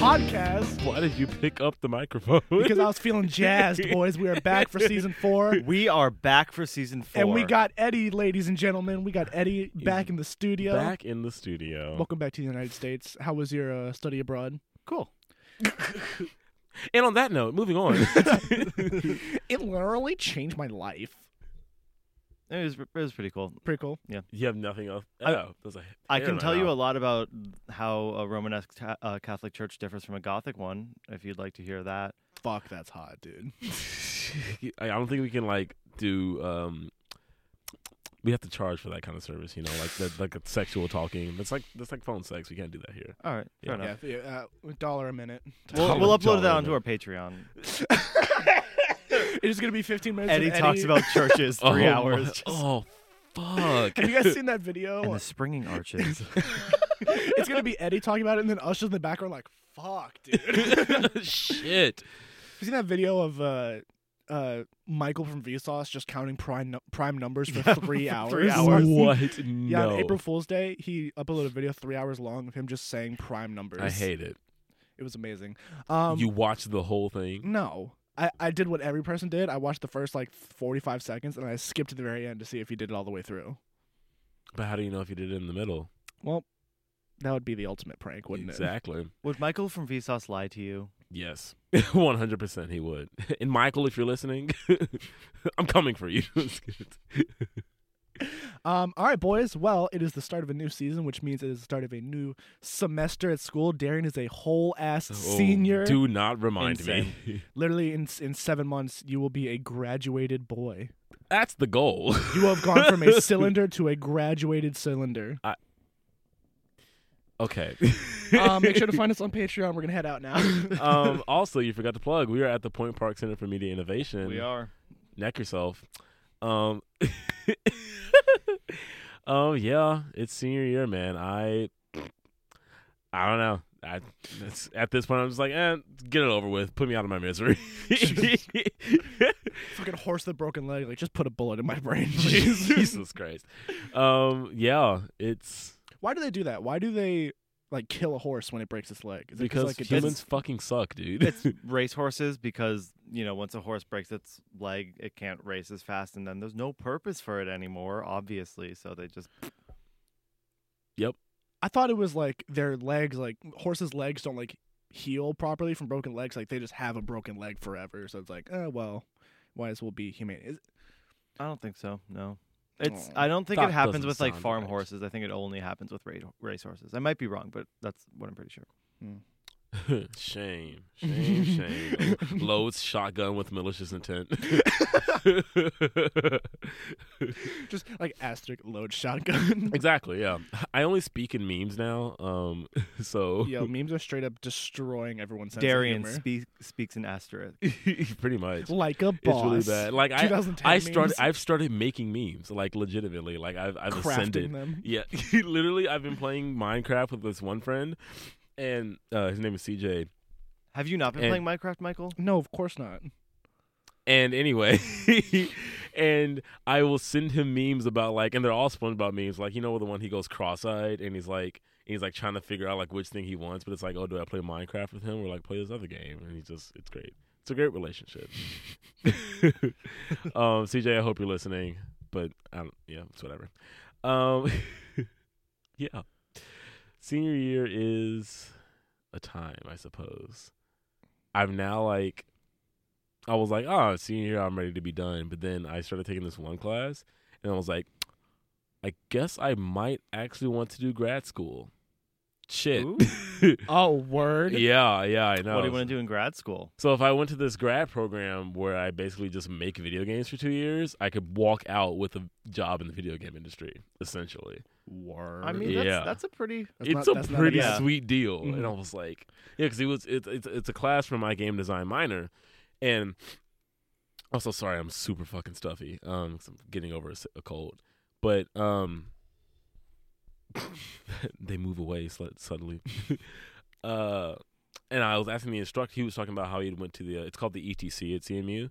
podcast Why did you pick up the microphone? because I was feeling jazzed, boys. We are back for season four. We are back for season four. And we got Eddie, ladies and gentlemen. We got Eddie back in the studio. back in the studio. Welcome back to the United States. How was your uh, study abroad? cool. And on that note, moving on. It literally changed my life. It was it was pretty cool. Pretty cool. you have nothing else. I- oh, there's a I hair in can my tell you a mouth. lot about how a Romanesque ta- uh, Catholic church differs from a Gothic one. If you'd like to hear that, Fuck, that's hot, dude. I I don't think we can like do. um We have to charge for that kind of service, you know, like the, like a sexual talking. That's like that's like phone sex. We can't do that here. all right, fair Yeah. enough. Yeah, yeah, uh, dollar a minute. We'll, Totally, we'll upload totally that onto know. our Patreon. It's gonna be 15 minutes. Eddie of Eddie talks about churches three Oh, hours. my- just- Oh, fuck. Have you guys seen that video? and the springing arches. it's gonna be Eddie talking about it, and then Usher in the background like, "Fuck, dude." Have Shit. you seen that video of uh, uh, Michael from Vsauce just counting prime nu- prime numbers for three hours? three hours. What? Yeah, No. on April Fool's Day, he uploaded a video three hours long of him just saying prime numbers. I hate it. It was amazing. Um, you watched the whole mm. thing. no. I, I did what every person did. I watched the first like 45 seconds and I skipped to the very end to see if he did it all the way through. But how do you know if you did it in the middle? Well, that would be the ultimate prank, wouldn't it? exactly. Would Michael from Vsauce lie to you? Yes, one hundred percent he would. And Michael, if you're listening, I'm coming for you. It's good. Um, all right, boys. Well, it is the start of a new season, which means it is the start of a new semester at school. Darren is a whole ass Oh, senior. do not remind me. Literally, in in seven months, you will be a graduated boy. That's the goal. You have gone from a cylinder to a graduated cylinder. okay. Um, make sure to find us on Patreon. We're gonna head out now. Um, also, you forgot to plug. We are at the Point Park Center for Media Innovation. are. Neck yourself. Um. oh yeah, it's senior year, man. I. I don't know. I, it's, at this point, I'm just like, eh, get it over with. Put me out of my misery. Fucking horse with a broken leg. Like, just put a bullet in my brain, please. Jesus Christ. Um, yeah, it's Why do they do that? Why do they like kill a horse when it breaks its leg? Is it 'cause, because like, it doesn't- humans fucking suck, dude. It's race horses because you know once a horse breaks its leg, it can't race as fast, and then there's no purpose for it anymore. Obviously, so they just I thought it was like their legs, like horses' legs don't like heal properly from broken legs. Like they just have a broken leg forever. So it's like, oh well, might as well be humane. Is, I don't think so. No. It's. Aw. I don't think That it happens doesn't with like sound farm right. horses. I think it only happens with ra- race horses. I might be wrong, but that's what I'm pretty sure. shame, shame, shame. Loads shotgun with malicious intent. just like asterisk load shotgun. exactly. Yeah, I only speak in memes now. Um, so Yo, memes are straight up destroying everyone's sense of Darian humor. speak, speaks in asterisk. pretty much. like a It's boss. really bad. Like I, 2010 I started. memes, I've started making memes. Like legitimately. Like I've, I've crafting ascended. them. Yeah, literally, I've been playing Minecraft with this one friend, and uh, his name is CJ. Have you not been And- playing Minecraft, Michael? No, of course not. And anyway, and I will send him memes about like, and they're all SpongeBob memes. Like you know the one he goes cross-eyed, and he's like, and he's like trying to figure out like which thing he wants, but it's like, oh, do I play Minecraft with him or like play this other game? And he's just, it's great. It's a great relationship. um, CJ, I hope you're listening, but I don't. Yeah, it's whatever. Um, yeah, senior year is a time, I suppose. I've now like I was like, oh, senior year, I'm ready to be done. But then I started taking this one class, and I was like, I guess I might actually want to do grad school. Shit. Ooh. Oh, word. yeah, yeah, I know. What do you want to do in grad school? So if I went to this grad program where I basically just make video games for two years, I could walk out with a job in the video game industry, essentially. Word. I mean, that's, Yeah. that's a pretty. That's it's not- a that's not pretty bad. sweet deal. Mhm. And I was like, yeah, because it was it's it's it's a class for my game design minor, and also sorry, I'm super fucking stuffy. Um, 'cause I'm getting over a, s- a cold, but um, they move away sl- suddenly. uh, and I was asking the instructor. He was talking about how he went to the. Uh, it's called the ETC at CMU.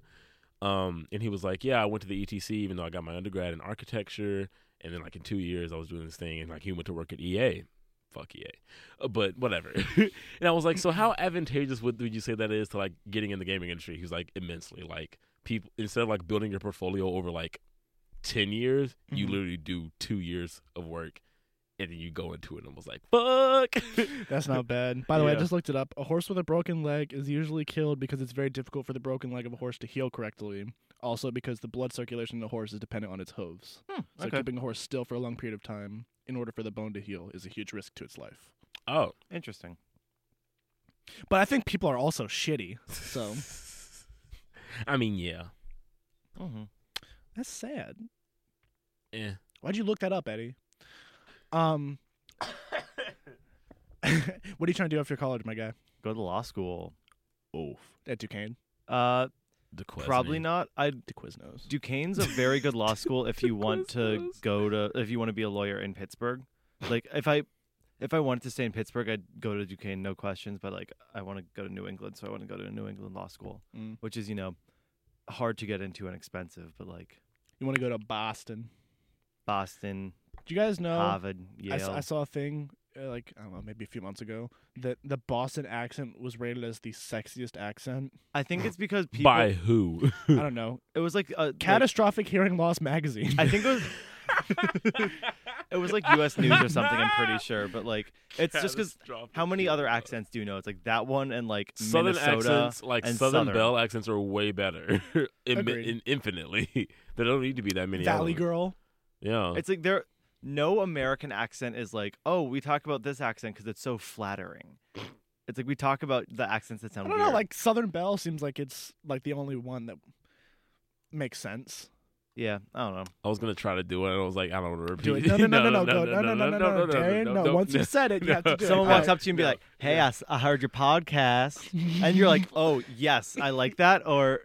Um, and he was like, "Yeah, I went to the ETC, even though I got my undergrad in architecture, and then like in two years I was doing this thing, and like he went to work at EA, fuck EA, Uh, but whatever. and I was like, so how advantageous would, would you say that is to like getting in the gaming industry? He's like, immensely. Like people instead of like building your portfolio over like ten years, you Mm-hmm. Mhm. literally do two years of work, and then you go into it and was like, fuck. That's not bad. By the way, I Yeah. just looked it up. A horse with a broken leg is usually killed because it's very difficult for the broken leg of a horse to heal correctly. Also, because the blood circulation in the horse is dependent on its hooves. Hmm, So, okay. keeping a horse still for a long period of time in order for the bone to heal is a huge risk to its life. oh, Interesting. But I think people are also shitty. So, I mean, yeah, Mm-hmm. that's sad. eh. Why'd you look that up, Eddie? Um, what are you trying to do after college, my guy? Go to law school. Oof. At Duquesne? Uh, The probably not. I To Quiznos. Duquesne's a very good law school if you want to Quiznos. go to if you want to be a lawyer in Pittsburgh. Like if I if I wanted to stay in Pittsburgh, I'd go to Duquesne, no questions. But like I want to go to New England, so I want to go to a New England law school, Mm. which is you know hard to get into and expensive. But like You want to go to Boston? Boston, Do you guys know? Harvard, I, s- Yale. I saw a thing uh, like I don't know, maybe a few months ago that the Boston accent was rated as the sexiest accent. I think it's because people. by who? I don't know. It was like a like, Catastrophic hearing loss magazine. I think it was. it was like U.S. News or something. I'm pretty sure, but like it's just because how many other accents do you know? It's like that one and like Southern Minnesota. accents, like and Southern, Southern. Belle accents, are way better, in, Agreed. in, infinitely. there don't need to be that many. Valley of them. Girl. Yeah, It's like there no American accent is like, "Oh, we talk about this accent because it's so flattering." It's like we talk about the accents that I sound don't know. weird. Like Southern Belle seems like it's like the only one that makes sense. yeah, I don't know. I was gonna try to do it, and I was like, I don't want to repeat. Do it. No, it. no, no, no, no, go. no, no, no, no, no, Darren, no, Once you said it, you have to do Someone it. walks up to you and be no, like, "Hey, yeah. I s- I, heard your podcast," and you're like, "Oh, yes, I like that." Or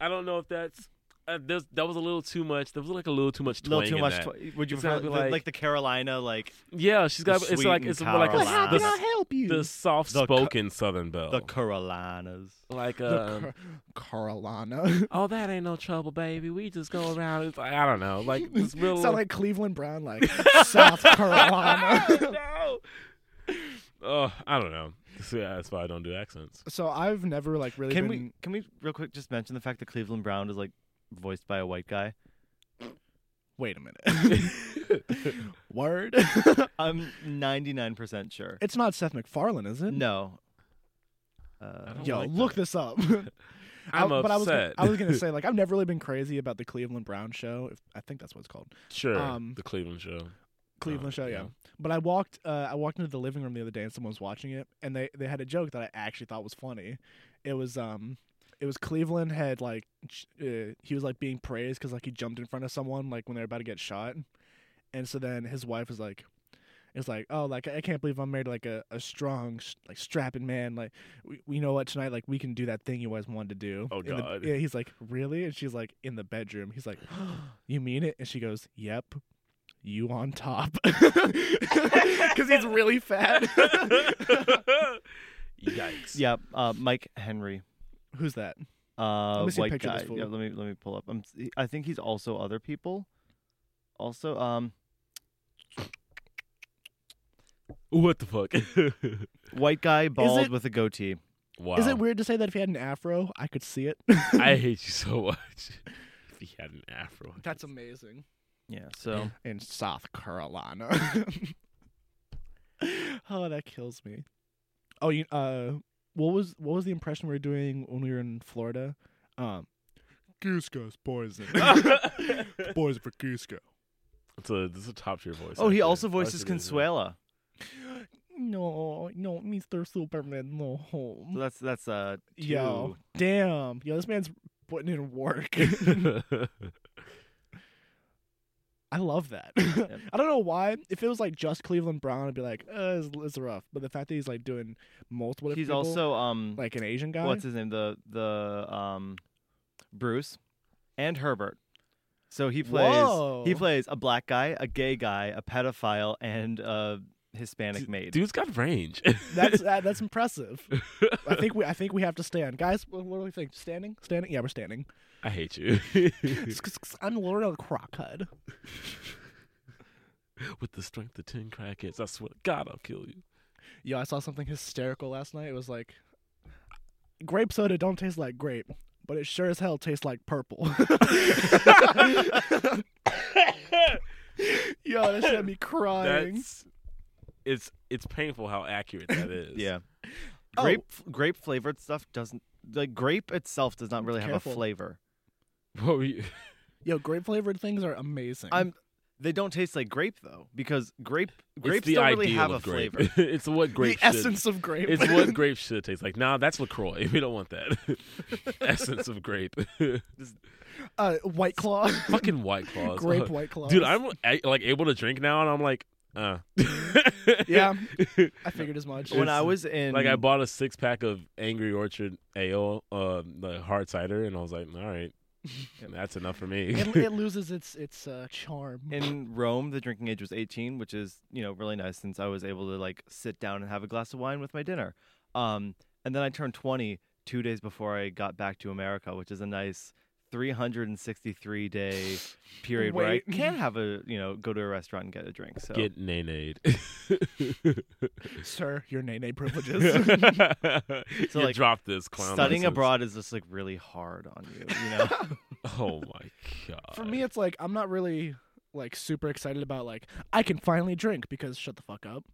I don't know if that's uh, there's, that was a little too much. There was like a little too much. a little twang too in much. that. twi- would you It's prefer gotta be the- like, like- the Carolina like yeah, she's got. The It's like sweet it's and more like But Carolina. how a, can The I the, help you? the soft-spoken Southern Belle, the Carolinas. like The uh, Car- Carolina. oh, that ain't no trouble, baby. We just go around. It's like, I don't know, like it's real. Sound like Cleveland Brown, like South Carolina. no. Oh, I don't know. So, yeah, that's why I don't do accents. so I've never like really Can been. we can we real quick just mention the fact that Cleveland Brown is like voiced by a white guy? Wait a minute. Word. I'm 99% sure. it's not Seth McFarlane, is it? No. I Uh, don't Yo, like look that. this up. I- I'm but I was gonna, upset. I was gonna say like I've never really been crazy about the Cleveland Brown show. If, I think that's what it's called. sure, um, the Cleveland show. Cleveland show, yeah. Oh, yeah. But I walked uh, I walked into the living room the other day and someone was watching it and they, they had a joke that I actually thought was funny. It was um it was Cleveland had like ch- uh, he was like being praised cuz like he jumped in front of someone like when they were about to get shot. And so then his wife was like it's like, "Oh, like I can't believe I'm married to like a, a strong s- like strapping man like we, we know what tonight like we can do that thing you always wanted to do." Oh, In the- God. yeah, he's like, "Really?" And she's like, "In the bedroom." He's like, "You mean it?" And she goes, "Yep." you on top because he's really fat. Yikes! yeah, uh, Mike Henry. Who's that? Uh, Let me see a white picture of guy. this fool. Yeah, let me let me pull up. I'm, I think he's also other people. Also, um, What the fuck? white guy bald it- with a goatee. wow. Is it weird to say that if he had an afro, I could see it? I hate you so much. if he had an afro, That's amazing. Yeah. So In South Carolina. oh, that kills me. Oh, you uh, what was what was the impression we were doing when we were in Florida? Um, Cusco's poison. poison for Cusco. it's a this is a top tier voice. Oh, he actor. also I voices should do that. Consuela. No, no, Mister Superman, no home. So that's that's uh two. Yo, damn, yo, this man's putting in work. I love that. I don't know why. If it was like just Cleveland Brown, I'd be like, uh, it's, it's rough. But the fact that he's like doing multiple, different He's people, also um like an Asian guy. what's his name the the um Bruce and Herbert. So he plays he Whoa. plays a black guy, a gay guy, a pedophile, and a Hispanic Dude- maid. Dude's got range. that's that, that's impressive. I think we I think we have to stand, guys. What, what do we think? Standing, standing. Yeah, we're standing. I hate you. I'm Laura Crockhud. with the strength of ten crackheads. I swear to God, I'll kill you. Yo, I saw something hysterical last night. It was like grape soda don't taste like grape, but it sure as hell tastes like purple. Yo, that shit had me crying. That's it's it's painful how accurate that is. Yeah. Oh. Grape grape flavored stuff doesn't like grape itself does not really Careful. have a flavor. What were you? Yo, grape flavored things are amazing. I'm they don't taste like grape though because grape grapes it's the don't really ideal have a of grape. flavor. it's what grape the should- essence of grape. It's what grape should taste like. Nah, that's Lacroix. We don't want that. essence of grape. uh, white claw. Fucking white claws. Uh, grape white claw. Dude, I'm a- like able to drink now, and I'm like, uh. Yeah. I figured as much. when I It's- was in Like I bought a six pack of Angry Orchard ale, uh, the hard cider, and I was like, all right, that's enough for me. it, it loses its its uh, charm. in Rome, the drinking age was 18, which is you know really nice since I was able to like sit down and have a glass of wine with my dinner. Um, and then I turned 20 two days before I got back to America, which is a nice 363 day period where I Wait. can have a you know go to a restaurant and get a drink. So Get nay Sir, your nay nay privileges. so you like, drop this clown. studying license. abroad is just like really hard on you. You know, Oh my god. For me, it's like I'm not really like super excited about like I can finally drink because shut the fuck up.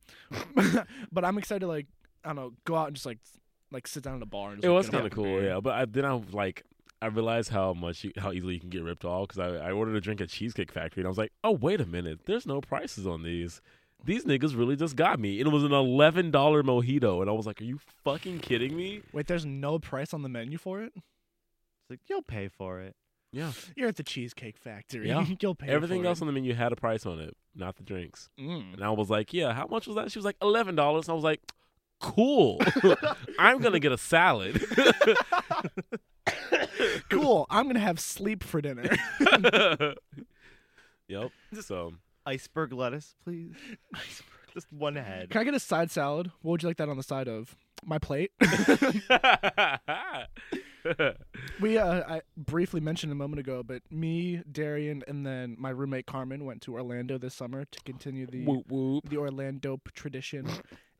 but I'm excited to like I don't know, go out and just like s- like sit down at a bar. And just, it like, was get a kind of fucking cool, beer. yeah. But I, then I was like, I realized how much, you, how easily you can get ripped off because I, I ordered a drink at Cheesecake Factory and I was like, oh wait a minute, there's no prices on these. These niggas really just got me. And it was an eleven dollar mojito, and I was like, are you fucking kidding me? Wait, there's no price on the menu for it. it's like you'll pay for it. Yeah. You're at the Cheesecake Factory. Yeah. You'll pay. Everything for else It. on the menu had a price on it, not the drinks. Mm. And I was like, yeah, how much was that? She was like, eleven dollars. And I was like, cool. I'm gonna get a salad. cool. I'm gonna have sleep for dinner. yep. So Iceberg lettuce, please. Just one head. can I get a side salad? What would you like that on the side of? My plate. we uh, I briefly mentioned a moment ago, but me, Darian, and then my roommate Carmen went to Orlando this summer to continue the whoop whoop. the Orlando tradition,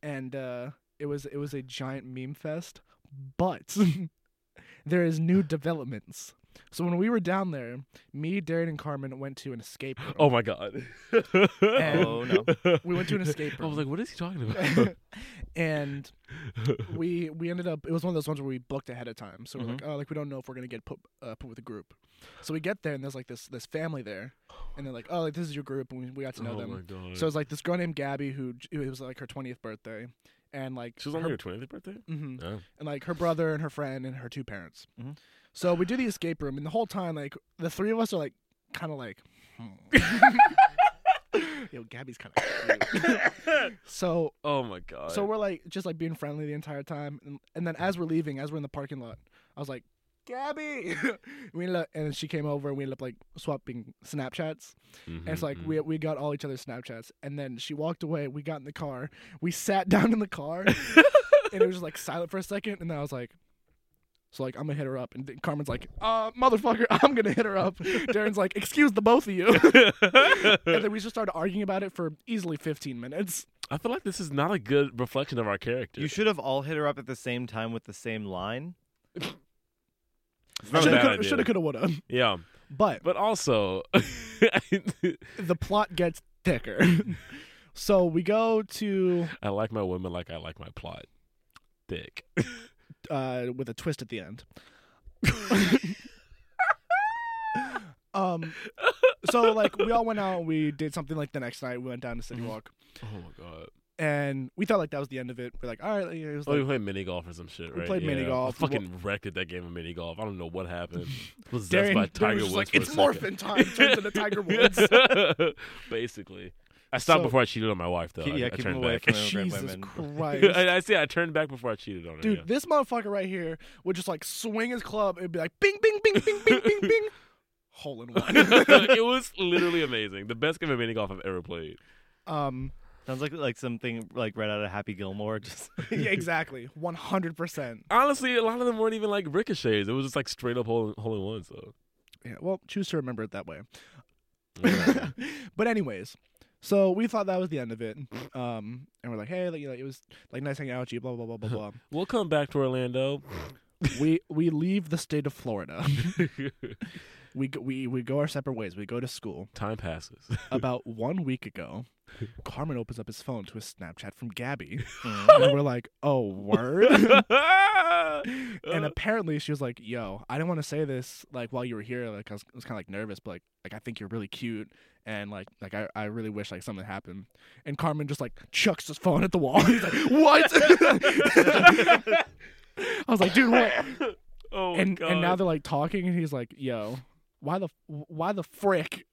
and uh, it was it was a giant meme fest. But there is new developments. So when we were down there, me, Darren, and Carmen went to an escape room. Oh my god. Oh no. we went to an escape I was room. like, what is he talking about? and we we ended up it was one of those ones where we booked ahead of time. So we're like, Mm-hmm. oh, like we don't know if we're gonna get put uh, put with a group. So we get there and there's like this this family there, and they're like, oh, like this is your group, and we, we got to know oh them. my god. So it's like this girl named Gabby who j- it was like her twentieth birthday, and like she was her, on your twentieth birthday. hmm Oh. and like her brother and her friend and her two parents. Mm-hmm. Mhm. So we do the escape room, and the whole time, like the three of us are like, kind of like, hmm. yo, Gabby's kind of. so Oh my god. so we're like just like being friendly the entire time, and, and then as we're leaving, as we're in the parking lot, I was like, Gabby, we ended up, and she came over, and we ended up like swapping Snapchats. And it's like Mhm, we we got all each other's Snapchats, and then she walked away. We got in the car. We sat down in the car, and it was just like silent for a second. And then I was like, "So like I'm gonna hit her up." And then Carmen's like, "Uh, motherfucker, I'm gonna hit her up." Darren's like, "Excuse the both of you." and then we just started arguing about it for easily 15 minutes. I feel like this is not a good reflection of our character. You should have all hit her up at the same time with the same line. It's not a bad idea. shoulda, coulda, woulda. Yeah, But but also, the plot gets thicker. so we go to I like my women like I like my plot. Thick. uh, with a twist at the end. um, so like we all went out and we did something like the next night. We went down to City Mhm. Walk Oh my god. and we thought like that was the end of it. We're like, all right, like, it was Oh, we like, played mini golf or some shit, We right? played mini Yeah. golf. I fucking wrecked at that game of mini golf. I don't know what happened. Possessed Darren, by Darren Tiger was Woods. just like for a it's morphin time. Turns into Tiger Woods. second. Basically, I stopped So- before I cheated on my wife, though. Keep- I, yeah, I keep him turned away back. from immigrant Jesus women. Christ. I, I see. I turned back before I cheated on her. Dude, this motherfucker right here would just like swing his club and be like, bing, bing, bing, bing, bing, bing, bing, hole in one. yeah. it was literally amazing. The best game of mini golf I've ever played. um, Sounds like like something like right out of Happy Gilmore. Just yeah, exactly, one hundred percent. Honestly, a lot of them weren't even like ricochets. It was just like straight up hole, hole in ones. So Yeah, well, choose to remember it that way. whatever. but anyways, So we thought that was the end of it, um, and we're like, hey, like, you know, it was like nice hanging out with you, blah blah blah blah blah. We'll come back to Orlando. we we leave the state of Florida. We go, we we go our separate ways. We go to school. Time passes. About one week ago, Carmen opens up his phone to a Snapchat from Gabby, Mm. and we're like, oh word. and and apparently she was like, "Yo, I didn't want to say this like while you were here, like I was, kind of like nervous, but like, like I think you're really cute, and like like I, I really wish like something happened." And Carmen just like chucks his phone at the wall. He's like, "What?" I was like, "Dude, what?" oh and God. and now they're like talking, and he's like, "Yo, why the why the frick?"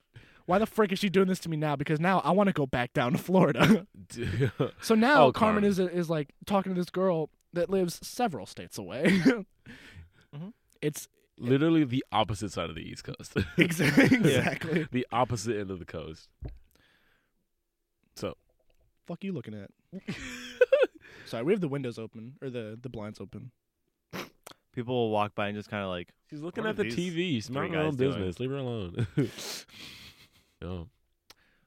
Why the frick is she doing this to me now? Because now I want to go back down to Florida. they're So now Oh, Carmen Carmen. is is like talking to this girl that lives several states away. Mm-hmm. It's literally the opposite side of the East Coast, Exactly. exactly. the opposite end of the coast. So Fuck you looking at. Sorry, we have the windows open or the the blinds open. People will walk by and just kind of like, she's looking What at are the these TV. She's three minding her guys own doing? business. Leave her alone. oh,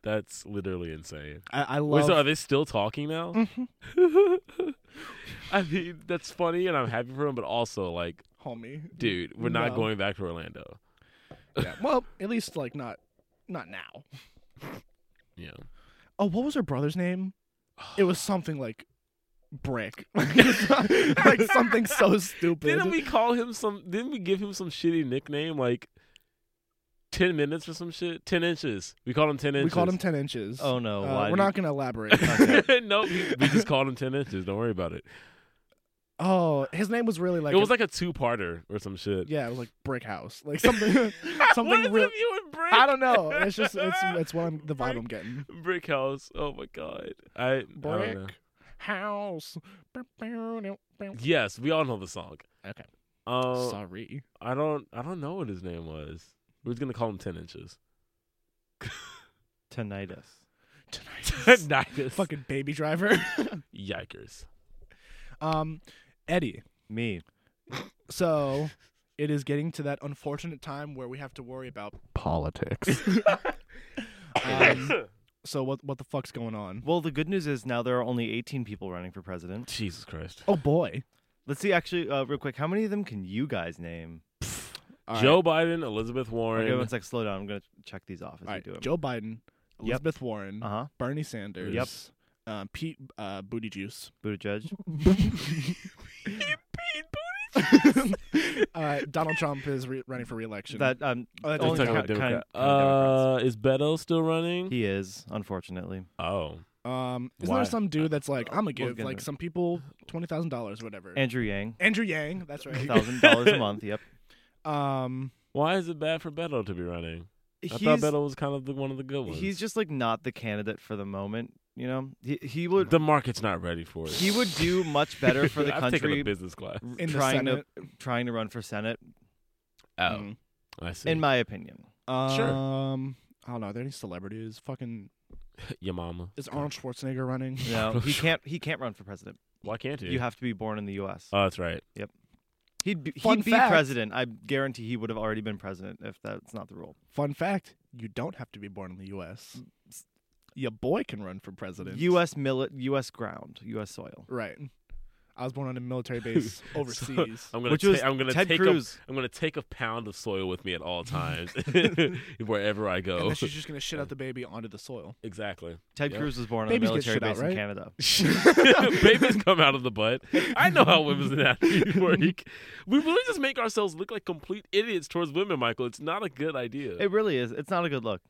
that's literally insane. I, I Wait, love. so are they still talking now? Mhm. I mean, that's funny, and I'm happy for him, but also like, homie. dude, we're not No. going back to Orlando. Yeah. Well, at least like not not now. Yeah. Oh, what was her brother's name? It was something like brick, like something so stupid. Didn't we call him some? Didn't we give him some shitty nickname like ten minutes or some shit? Ten inches. We called him ten We inches. called him ten inches. oh no, Uh, why? we're do you- not gonna elaborate. no, we, we just called him ten inches. Don't worry about it. oh, his name was really like it was a- like a two-parter or some shit. yeah, it was like brick house, like something what is something real. with you and brick? I don't know. It's just it's it's what I'm the vibe I'm getting. brick house. Oh my god. I I don't brick know. house. Yes, we all know the song. Okay. Um, Sorry. I don't. I don't know what his name was. We're just gonna call him ten inches. tinnitus. Tonight. Tinnitus. Fucking baby driver. yikers. um, Eddie. Me. So it is getting to that unfortunate time where we have to worry about politics. um, so what what the fuck's going on? Well, the good news is now there are only 18 people running for president. Jesus Christ. Oh boy. Let's see, actually, uh, real quick, how many of them can you guys name? All right. Joe Biden, Elizabeth Warren. Okay, one sec, slow down. I'm gonna check these off as All we right. do it. Joe Biden, Elizabeth Warren, Uh huh. Bernie Sanders. Yep. Um, Pete uh, Booty Juice. Buttigieg. uh, Donald Trump is re- running for re-election. That um, Oh, that's Let's talk only Democrat. about count- count- Democrat. count Democrats. Uh, is Beto still running? he is, unfortunately. oh, Um, isn't Why? there some dude that's like, I'm gonna give get like there. some people twenty thousand dollars, whatever. Andrew Yang, Andrew Yang, that's right. thousand dollars a month. Yep. um, why is it bad for Beto to be running? I He's, thought Beto was kind of the, one of the good ones. he's just like not the candidate for the moment. You know, he he would the market's not ready for it. he would do much better for the I've taken a country business class. r- In the trying to Senate. trying to run for Senate, Oh, mm. I see. in my opinion. Sure. Um, I don't know. Are there any celebrities? Fucking Your mama. is Arnold Schwarzenegger running? No, he can't. He can't run for president. Why can't you? You have to be born in the U.S. oh, that's right. he'd be, fun he'd be fact- president. I guarantee he would have already been president if that's not the rule. Fun fact: You don't have to be born in the U.S. Mm. Your boy can run for president. U.S. millet, U.S. ground, U.S. soil. right? I was born on a military base overseas. I'm gonna. Which ta- was I'm gonna Ted take Cruz. A, I'm gonna take a pound of soil with me at all times, wherever I and go. then she's just gonna shit out the baby onto the soil. Exactly. Ted Yeah. Cruz was born on a Babies get military shit out, base right? in Canada. Babies come out of the butt. I know how women's anatomy work. We really just make ourselves look like complete idiots towards women, Michael. It's not a good idea. It really is. It's not a good look.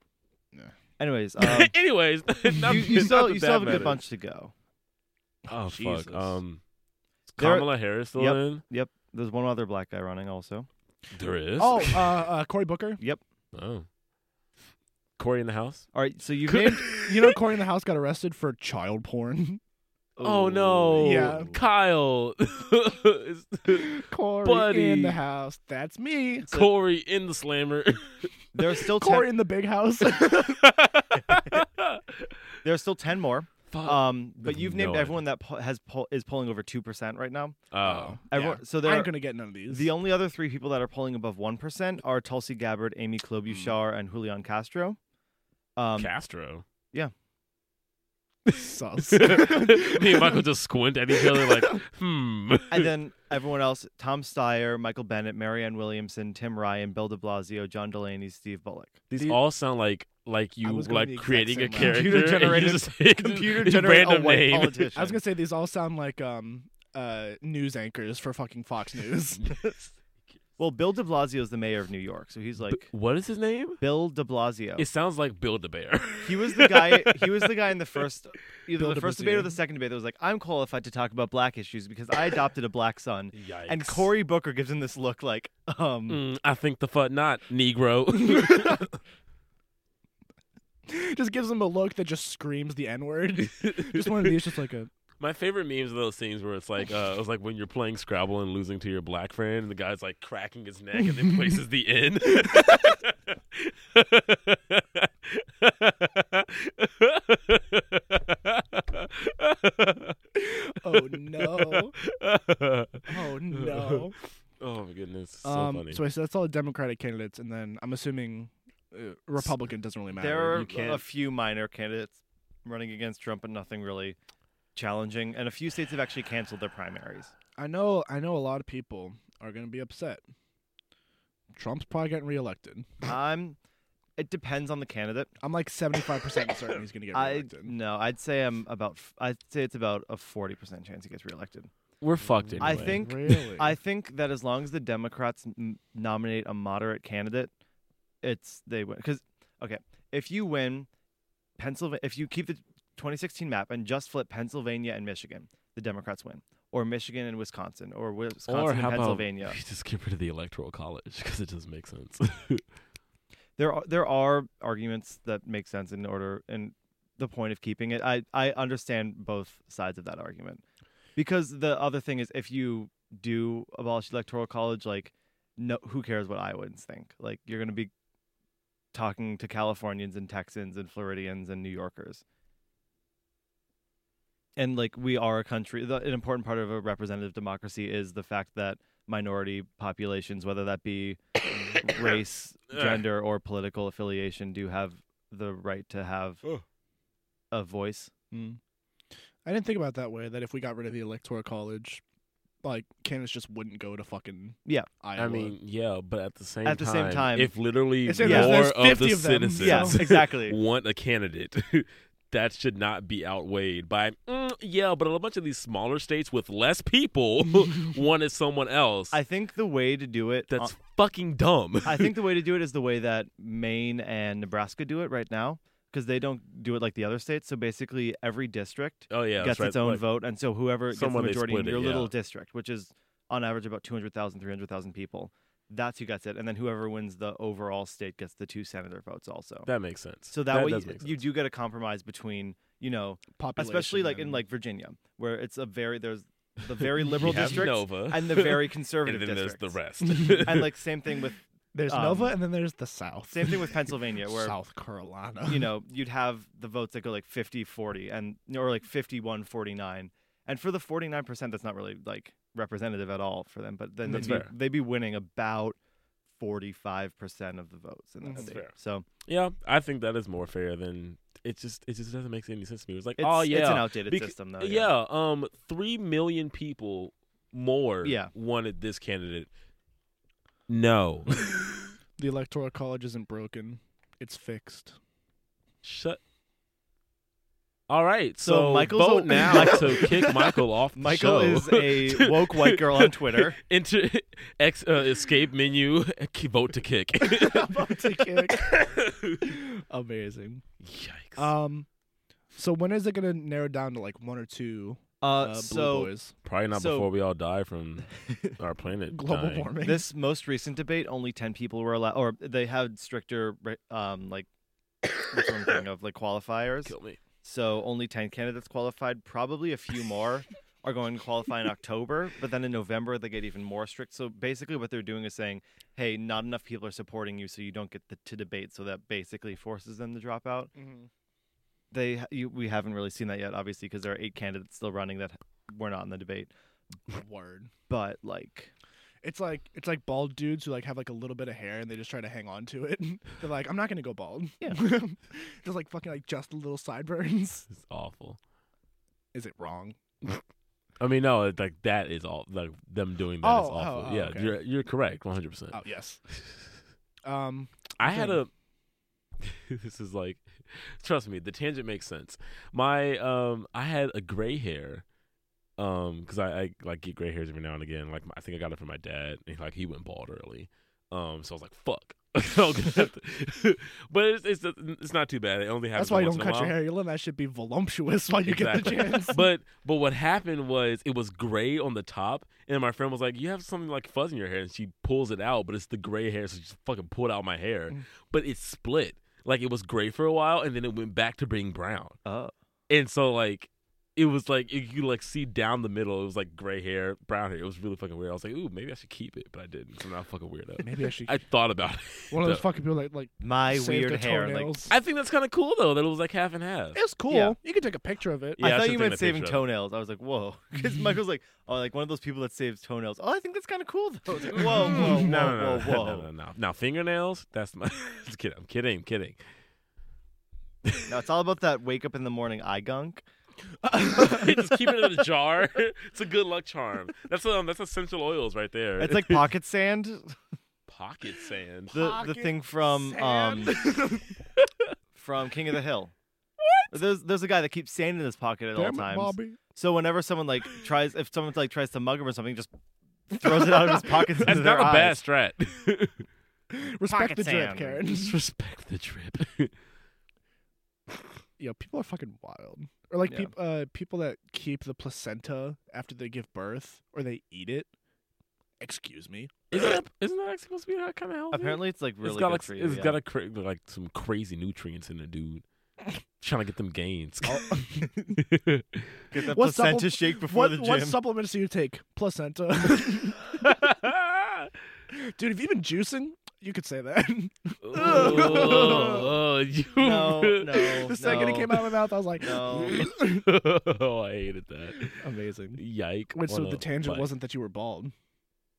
Yeah. Anyways, um, Anyways, not, you, you not still that you still that have a good matters. bunch to go. Oh Jesus. fuck. Um, is There- Kamala Harris still Yep. in? Yep. There's one other black guy running also. There is. Oh, uh, uh, Cory Booker. Oh. Corey in the house. All right, so you've named. You know, Cory in the house got arrested for child porn. Oh no. Yeah. Kyle. It's- Corey Buddy. in the house. That's me. Corey in the slammer. There are still Corey ten. in the big house. Oh, There are still ten more. Fuck. Um, but With you've Uh, no named idea. everyone that po- has po- is polling over two percent right now. oh. Yeah. Everyone, So I there, ain't gonna get none of these. the only other three people that are polling above one percent are Tulsi Gabbard, Amy Hmm. Klobuchar, and Julian Castro. Um, Castro. yeah. Sus. Me and Michael just squint at each other like, hmm. and then everyone else Tom Steyer, Michael Bennett, Marianne Williamson, Tim Ryan, Bill de Blasio, John Delaney, Steve Bullock. These Dude. all sound like like you was gonna like be exact creating a same way. character. Computer and you generated- just- just Computer just generated a random white name. politician. I was gonna say these all sound like um uh news anchors for fucking Fox News. Well, Bill de Blasio is the mayor of New York, so he's like what is his name? Bill de Blasio. Oh. It sounds like Build a Bear. he was the guy he was the guy in the first either Bill the de first debate or Blasio. the second debate that was like, I'm qualified to talk about black issues because I adopted a black son. And Cory Booker gives him this look like, um Mm, I think the fuck not, Negro. just gives them a look that just screams the N word. just one of these, just like a My favorite memes are those scenes where it's like uh, it was like when you're playing Scrabble and losing to your black friend, and the guy's like cracking his neck and then places the N. oh no, oh no. Oh my goodness, so um, funny. so, I said that's all the Democratic candidates, and then I'm assuming uh, Republican doesn't really matter. There You are can't- a few minor candidates running against Trump, but nothing really challenging. And a few states have actually canceled their primaries. I know, I know, a lot of people are gonna be upset. Trump's probably getting reelected. I'm. It depends on the candidate. I'm like 75 percent certain he's gonna get I reelected. no. I'd say I'm about. f- I'd say it's about a forty percent chance he gets reelected. We're fucked Mm, anyway. I think- Really? I think that as long as the Democrats m- nominate a moderate candidate, it's they win. Because okay, if you win Pennsylvania, if you keep the 2016 map and just flip Pennsylvania and Michigan, the Democrats win, or Michigan and Wisconsin, or Wisconsin or and how Pennsylvania. about we just get rid of the electoral college because it doesn't make sense. there are there are arguments that make sense in order and the point of keeping it. I I understand both sides of that argument because the other thing is if you do abolish electoral college, like no, who cares what Iowans think? Like you're gonna be talking to Californians and Texans and Floridians and New Yorkers. And like we are a country, the, an important part of a representative democracy is the fact that minority populations, whether that be race, Ugh. gender, or political affiliation, do have the right to have Oh. Ugh. a voice. Mm. I didn't think about it that way. That if we got rid of the electoral college, like candidates just wouldn't go to fucking Yeah. Iowa. I mean, yeah, but at the same At the same time- if literally It's more either there's of 50 the of them, citizens Yeah, So- exactly. want a candidate, that should not be outweighed by mm, yeah, but a bunch of these smaller states with less people wanted someone else. I think the way to do it That's fucking dumb. I think the way to do it is the way that Maine and Nebraska do it right now because they don't do it like the other states. So basically, every district oh yeah, that's gets right. its own Like, vote, and so whoever gets the somewhere they majority in split it, your little yeah. district, which is on average about 200,000, 300,000 people, that's who gets it. And then whoever wins the overall state gets the two senator votes also. That makes sense. so that, way does you, make you sense. do get a compromise between you know, population especially like in and- like Virginia, where it's a very there's the very liberal You have district Nova, and the very and conservative then there's district. the rest. and like same thing with there's um, Nova and then there's the South. same thing with Pennsylvania where South Carolina. you know, you'd have the votes that go like 50 40 and or like 51 49. And for the 49%, that's not really like representative at all for them, but then That's they'd be, fair. they'd be winning about 45% of the votes in that That's state. fair. So yeah, I think that is more fair than it. Just it just doesn't make any sense to me. It's like it's, oh it's yeah, an outdated Bec- system, though. yeah. um, three million people more Yeah. wanted this candidate. No, the electoral college isn't broken; it's fixed. shut. All right, So so, Michael's vote a- now to kick Michael off. The Michael show. is a woke white girl on Twitter. Enter ex, uh, escape menu. Vote to kick. Amazing. Yikes! Uh, Um, so when is it gonna narrow down to like one or two Uh, uh, blue so boys? Probably not so- before we all die from our planet. Global dying. warming. this most recent debate, only 10 people were allowed, or they had stricter, re- um, like, what's one thing of like qualifiers. Kill me. So only 10 candidates qualified. Probably a few more are going to qualify in October, but then in November they get even more strict. So basically what they're doing is saying, "Hey, not enough people are supporting you so you don't get the, to debate." So that basically forces them to drop out. They you, we haven't really seen that yet obviously because there are eight candidates still running that were not in the debate, Word. but like It's like it's like bald dudes who like have like a little bit of hair and they just try to hang on to it. They're like, I'm not gonna go bald. Yeah. just like fucking like just little sideburns. It's awful. Is it wrong? I mean, no, it- like that is all like them doing that is Oh, oh, awful. oh, yeah, okay. you're you're correct, one hundred percent. Oh yes. Um. I had Okay. a. this is like, trust me, the tangent makes sense. My um, I had a gray hair, um, because I, I like get gray hairs every now and again. Like I think I got it from my dad. And, like he went bald early, um, so I was like, fuck. I'm gonna have to- but it's, it's it's not too bad. It only happens. That's why you once don't in a cut your while. hair. You let that shit be voluptuous while you Exactly. get the chance. But but what happened was it was gray on the top, and my friend was like, "You have something like fuzz in your hair," and she pulls it out, but it's the gray hair, so she just fucking pulled out my hair. Mm. But it split, like it was gray for a while, and then it went back to being brown. Oh, And so like it was like you could like see down the middle, it was like gray hair, brown hair. It was really fucking weird. I was like, "Ooh, maybe I should keep it," but I didn't. So now I'm fucking weirdo. Maybe I should. I thought about it. one of those though. fucking people that like my save weird their hair. Like, toenails. I think that's kind of cool though that it was like half and half. it's cool. Yeah. You can take a picture of it. Yeah, I I should've thought you taken a meant saving picture of toenails. I was like, whoa, because Michael's like, oh, like one of those people that saves toenails. Oh, I think that's kind of cool though. I was like, whoa, whoa, whoa, no, no, whoa, whoa. no, no, no, no. Now fingernails. That's my. just kidding. I'm kidding. I'm kidding. No, it's all about that wake up in the morning eye gunk. just keep it in a jar. It's a good luck charm. That's um, that's essential oils right there. It's like pocket sand, pocket sand. the the Pocket thing from um Sand. from King of the Hill. What? There's there's a guy that keeps sand in his pocket at all Damn it, times. Bobby. So whenever someone like tries, if someone like tries to mug him or something, just throws it out of his pockets That's into their not a bad eyes. strat. Respect Pocket the drip, sand. Karen. respect the trip. Yo, people are fucking wild. Or like Yeah. peop uh, people that keep the placenta after they give birth, or they eat it. Excuse me. isn't that isn't that supposed to be that kind of healthy? Apparently, it's like really it's got good like for s- you. it's yeah. got a cra- like some crazy nutrients in it, dude. Trying to get them gains. Get that What placenta supple- shake before What, the gym. what supplements do you take? Placenta. Dude, if you've been juicing, you could say that. oh, you- no, no. the second it came out of my mouth, I was like, No. oh, Um, I hated that. amazing. Yike. Wait, so What the a tangent bike. wasn't that you were bald.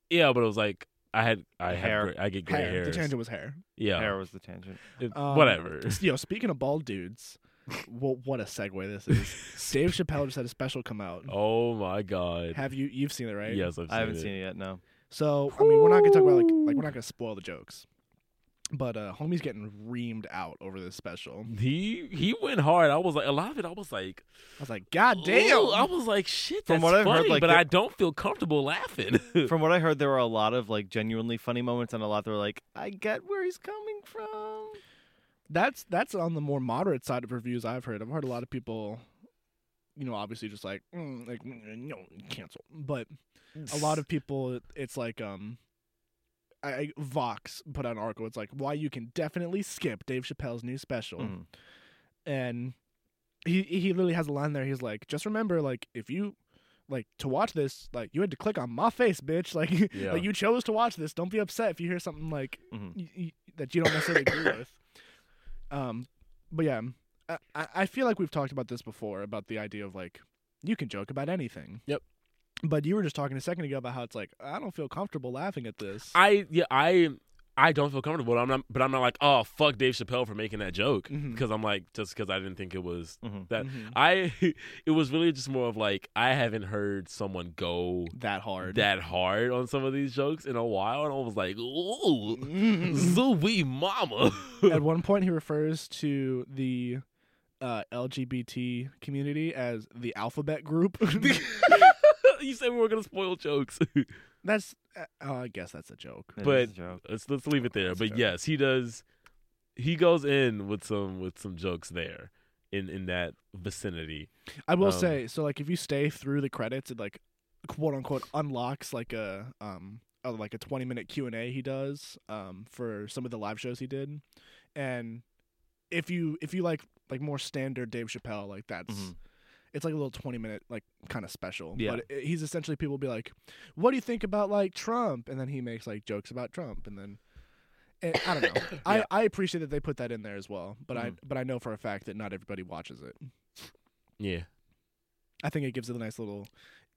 Yeah, but it was like I had I Hair. had gray, I get gray Hair. hair. The tangent was hair. Yeah, Hair was the tangent. It- Um, whatever. Yo, speaking of bald dudes, well, what a segue this is. Dave Chappelle just had a special come out. Oh my god. Have you? You've seen it, right? Yes, I've seen I haven't it. seen it yet. No. So I mean, we're not gonna talk about like like we're not gonna spoil the jokes, but uh, homie's getting reamed out over this special. He he went hard. I was like a lot of it. I was like, I was like, God damn! ooh, I was like, shit. That's From what I've heard, funny, like, but the- I don't feel comfortable laughing. From what I heard, there were a lot of like genuinely funny moments, and a lot that were like, I get where he's coming from. that's that's on the more moderate side of reviews I've heard. I've heard a lot of people, you know, obviously just like mm, like mm, no cancel, but a lot of people it's like um. I, I- Vox put out an article. It's like why you can definitely skip Dave Chappelle's new special. Mm. and he he literally has a line there. He's like, just remember, like if you like to watch this, like you had to click on my face, bitch. Like, Yeah. Mm-hmm. like you chose to watch this. Don't be upset if you hear something like Mhm. y- y- that you don't necessarily agree with. Um, but yeah, I I I feel like we've talked about this before about the idea of like you can joke about anything. Yep. But you were just talking a second ago about how it's like I don't feel comfortable laughing at this. I yeah I I don't feel comfortable. I'm not, but I'm not like oh fuck Dave Chappelle for making that joke Mhm. because I'm like just because I didn't think it was Mhm. that. Mhm. I it was really just more of like I haven't heard someone go that hard. that hard on some of these jokes in a while, and I was like, ooh, Mm. zooey mama. at one point he refers to the uh, LGBT community as the alphabet group. you said we were gonna spoil jokes. that's uh, oh, I guess that's a joke. It is But- a joke. let's let's leave it there. That's But fair. yes, he does. He goes in with some with some jokes there in in that vicinity. I will Um, say so like if you stay through the credits it like quote unquote unlocks like a um uh, like a 20 minute Q&A he does um for some of the live shows he did and if you if you like like more standard Dave Chappelle like that's Mm-hmm. Mhm. it's like a little 20 minute like kind of special Yeah. but it, he's essentially people be like what do you think about like trump and then he makes like jokes about trump and then and i don't know I, Yeah. Mm-hmm. I appreciate that they put that in there as well but i Mhm. but i know for a fact that not everybody watches it Yeah, i think it gives it a nice little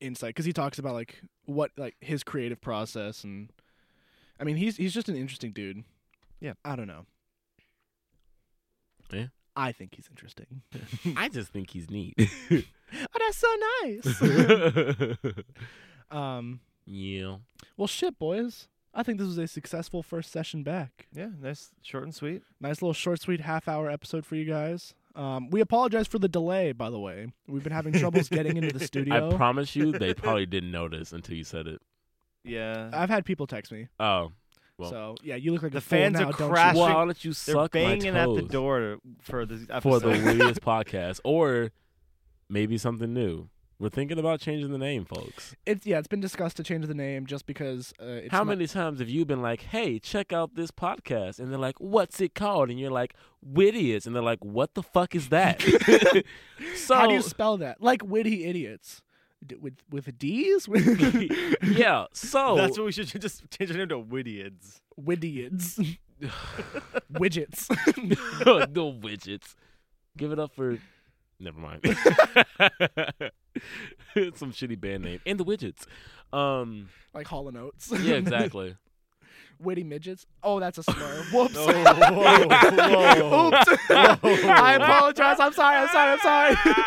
insight because he talks about like what like his creative process and I mean he's he's just an interesting dude. Yeah. I don't know. Yeah. I think he's interesting. I just think he's neat. oh, that's so yeah. um. Well, shit, boys. I think this was a successful first session back. Yeah, nice, short and sweet. Nice little short, sweet half hour episode for you guys. Um, we apologize for the delay, by the way. We've been having troubles getting into the studio. I promise you, they probably didn't notice until you said it. Yeah, I've had people text me. Oh, Well. so yeah, you look like The a fool fans now, are don't you? crashing. why don't you they're suck banging my at toes the door for this episode. for the weirdest podcast, or maybe something new? We're thinking about changing the name, folks. It's yeah, it's been discussed to change the name just because uh, it's How not- many times have you been like, "Hey, check out this podcast," and they're like, "What's it called?" and you're like, "Wittiest," and they're like, "What the fuck is that?" so How do you spell that? Like witty idiots D- with with D's, yeah, so That's what we should do, just change our name to Whittieds. widgets, widgets. no widgets. Give it up for. Never mind. Some shitty band name and the widgets. Um. like Hall and Oates. Yeah. Exactly. witty midgets. Oh, that's a slur. Whoops. Oh, whoa, whoa. Oops. I apologize. I'm sorry. I'm sorry. I'm sorry. sorry.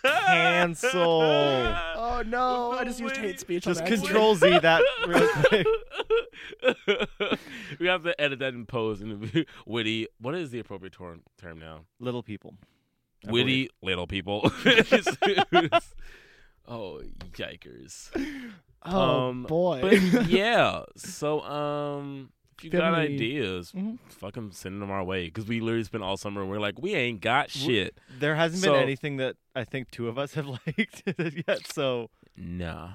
Cancel. Oh no! I just used hate speech. on Just accident. control Z that real quick. we have to edit that in pose and witty. What is the appropriate term term now? Little people. I witty little people. oh yikers! Oh Um, boy. But yeah, so um, if you got Family- ideas, Mm-hmm. Mhm. fucking send them our way because we literally spent all summer. We're like, we ain't got shit. There hasn't So- been anything that I think two of us have liked yet. So Nah.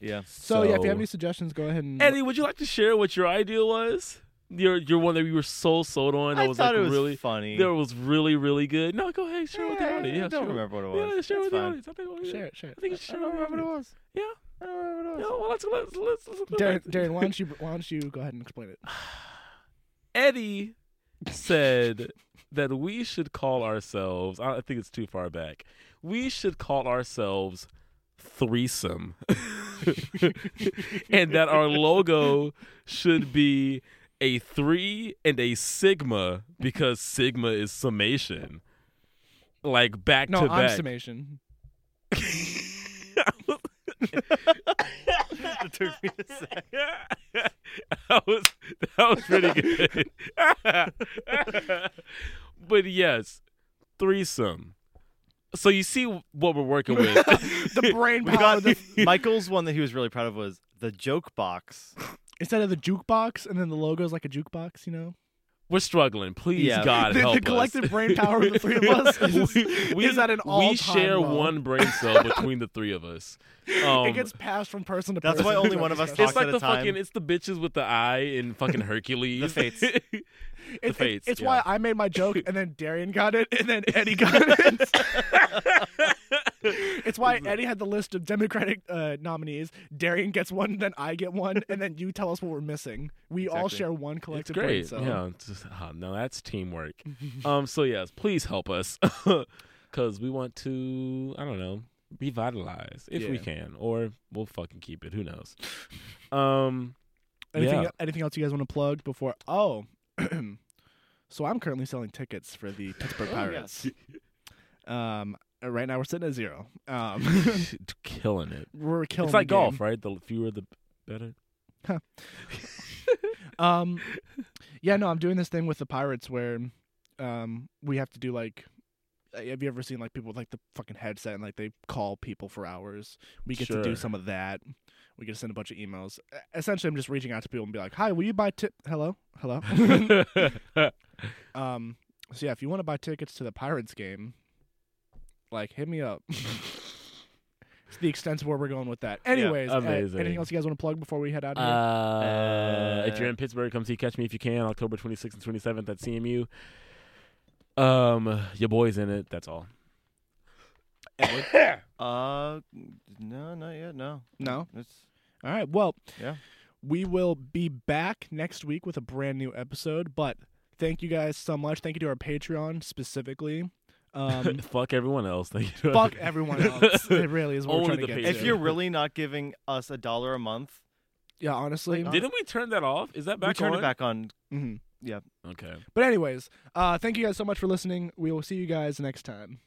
yeah, so, yeah, if you have any suggestions, go ahead and. Eddie, would you like to share what your idea was? Your your one that you were so sold on. That I was thought like it was really, funny. that was really really good. No, go ahead, share with the Yeah, audience. Yeah, I don't share- remember what it was. Yeah, share That's with the fine. audience. I think we- share it. Share I it. think you should share with the audience. was. Yeah. I don't remember Yeah, well, let's let's let's. let's go Darren, back to- Darren, why don't you why don't you go ahead and explain it? Eddie said that we should call ourselves. I I think it's too far back. We should call ourselves threesome, and that our logo should be a three and a sigma because sigma is summation, like back No, to on back. summation. It took me a second. that was that was pretty good. but yes, threesome. So you see what we're working with. the brain We power. got of the- Michael's one that he was really proud of was the joke box. instead of the jukebox, and then the logo's like a jukebox. You know, we're struggling. Please Yeah. God the, help the collective us. brain power of the three of us is, we, we- is at an all-time we share low. one brain cell between the three of us. Um, it gets passed from person to person. That's why only one of us it's It's, talks like at a the time. fucking it's the bitches with the eye and fucking Hercules. fates. it's, fates, it's yeah. why I made my joke, and then Darian got it, and then Eddie got it. it's why Eddie had the list of Democratic uh, nominees. Darian gets one, then I get one, and then you tell us what we're missing. We all Exactly. share one collective brain great. cell. Yeah, it's just, ah, no, that's teamwork. um, so yes, please help us because we want to. I don't know, revitalize if we Yeah. can, or we'll fucking keep it. Who knows? Um, Anything, Yeah. anything else you guys want to plug before? Oh, so I'm currently selling tickets for the Pittsburgh Pirates. Um, right now we're sitting at zero. Um, killing it. we're killing. It's like the golf, right? The fewer the better. game. Um, yeah, no, I'm doing this thing with the Pirates where, um, we have to do like. uh, Have you ever seen like people with like the fucking headset and like they call people for hours? We get to do Sure. some of that. We get to send a bunch of emails. E- Essentially, I'm just reaching out to people and be like, "Hi, will you buy tip? Hello, hello." Uh, Um. So yeah, if you want to buy tickets to the Pirates game, like hit me up. it's the extent of where we're going with that. Anyways, uh, amazing. anything else you guys want to plug before we head out? Of here? Uh, if you're in Pittsburgh, come see Catch Me If You Can, October 26th and 27th at CMU. Um, your boy's in it. That's all. Uh, no, not yet. No, No? It's All right. Well, Yeah. we will be back next week with a brand new episode. But thank you guys so much. Thank you to our Patreon specifically. Um, fuck everyone else. Thank you. fuck everyone else. It really is what Only we're trying to the get. patient. to. If you're really not giving us a dollar a month, yeah, honestly. Like, Didn't we turn that off? Is that back we turned on? Mm-hmm. it back Mhm. on. Okay. But anyways, uh, thank you guys so much for listening. We will see you guys next time.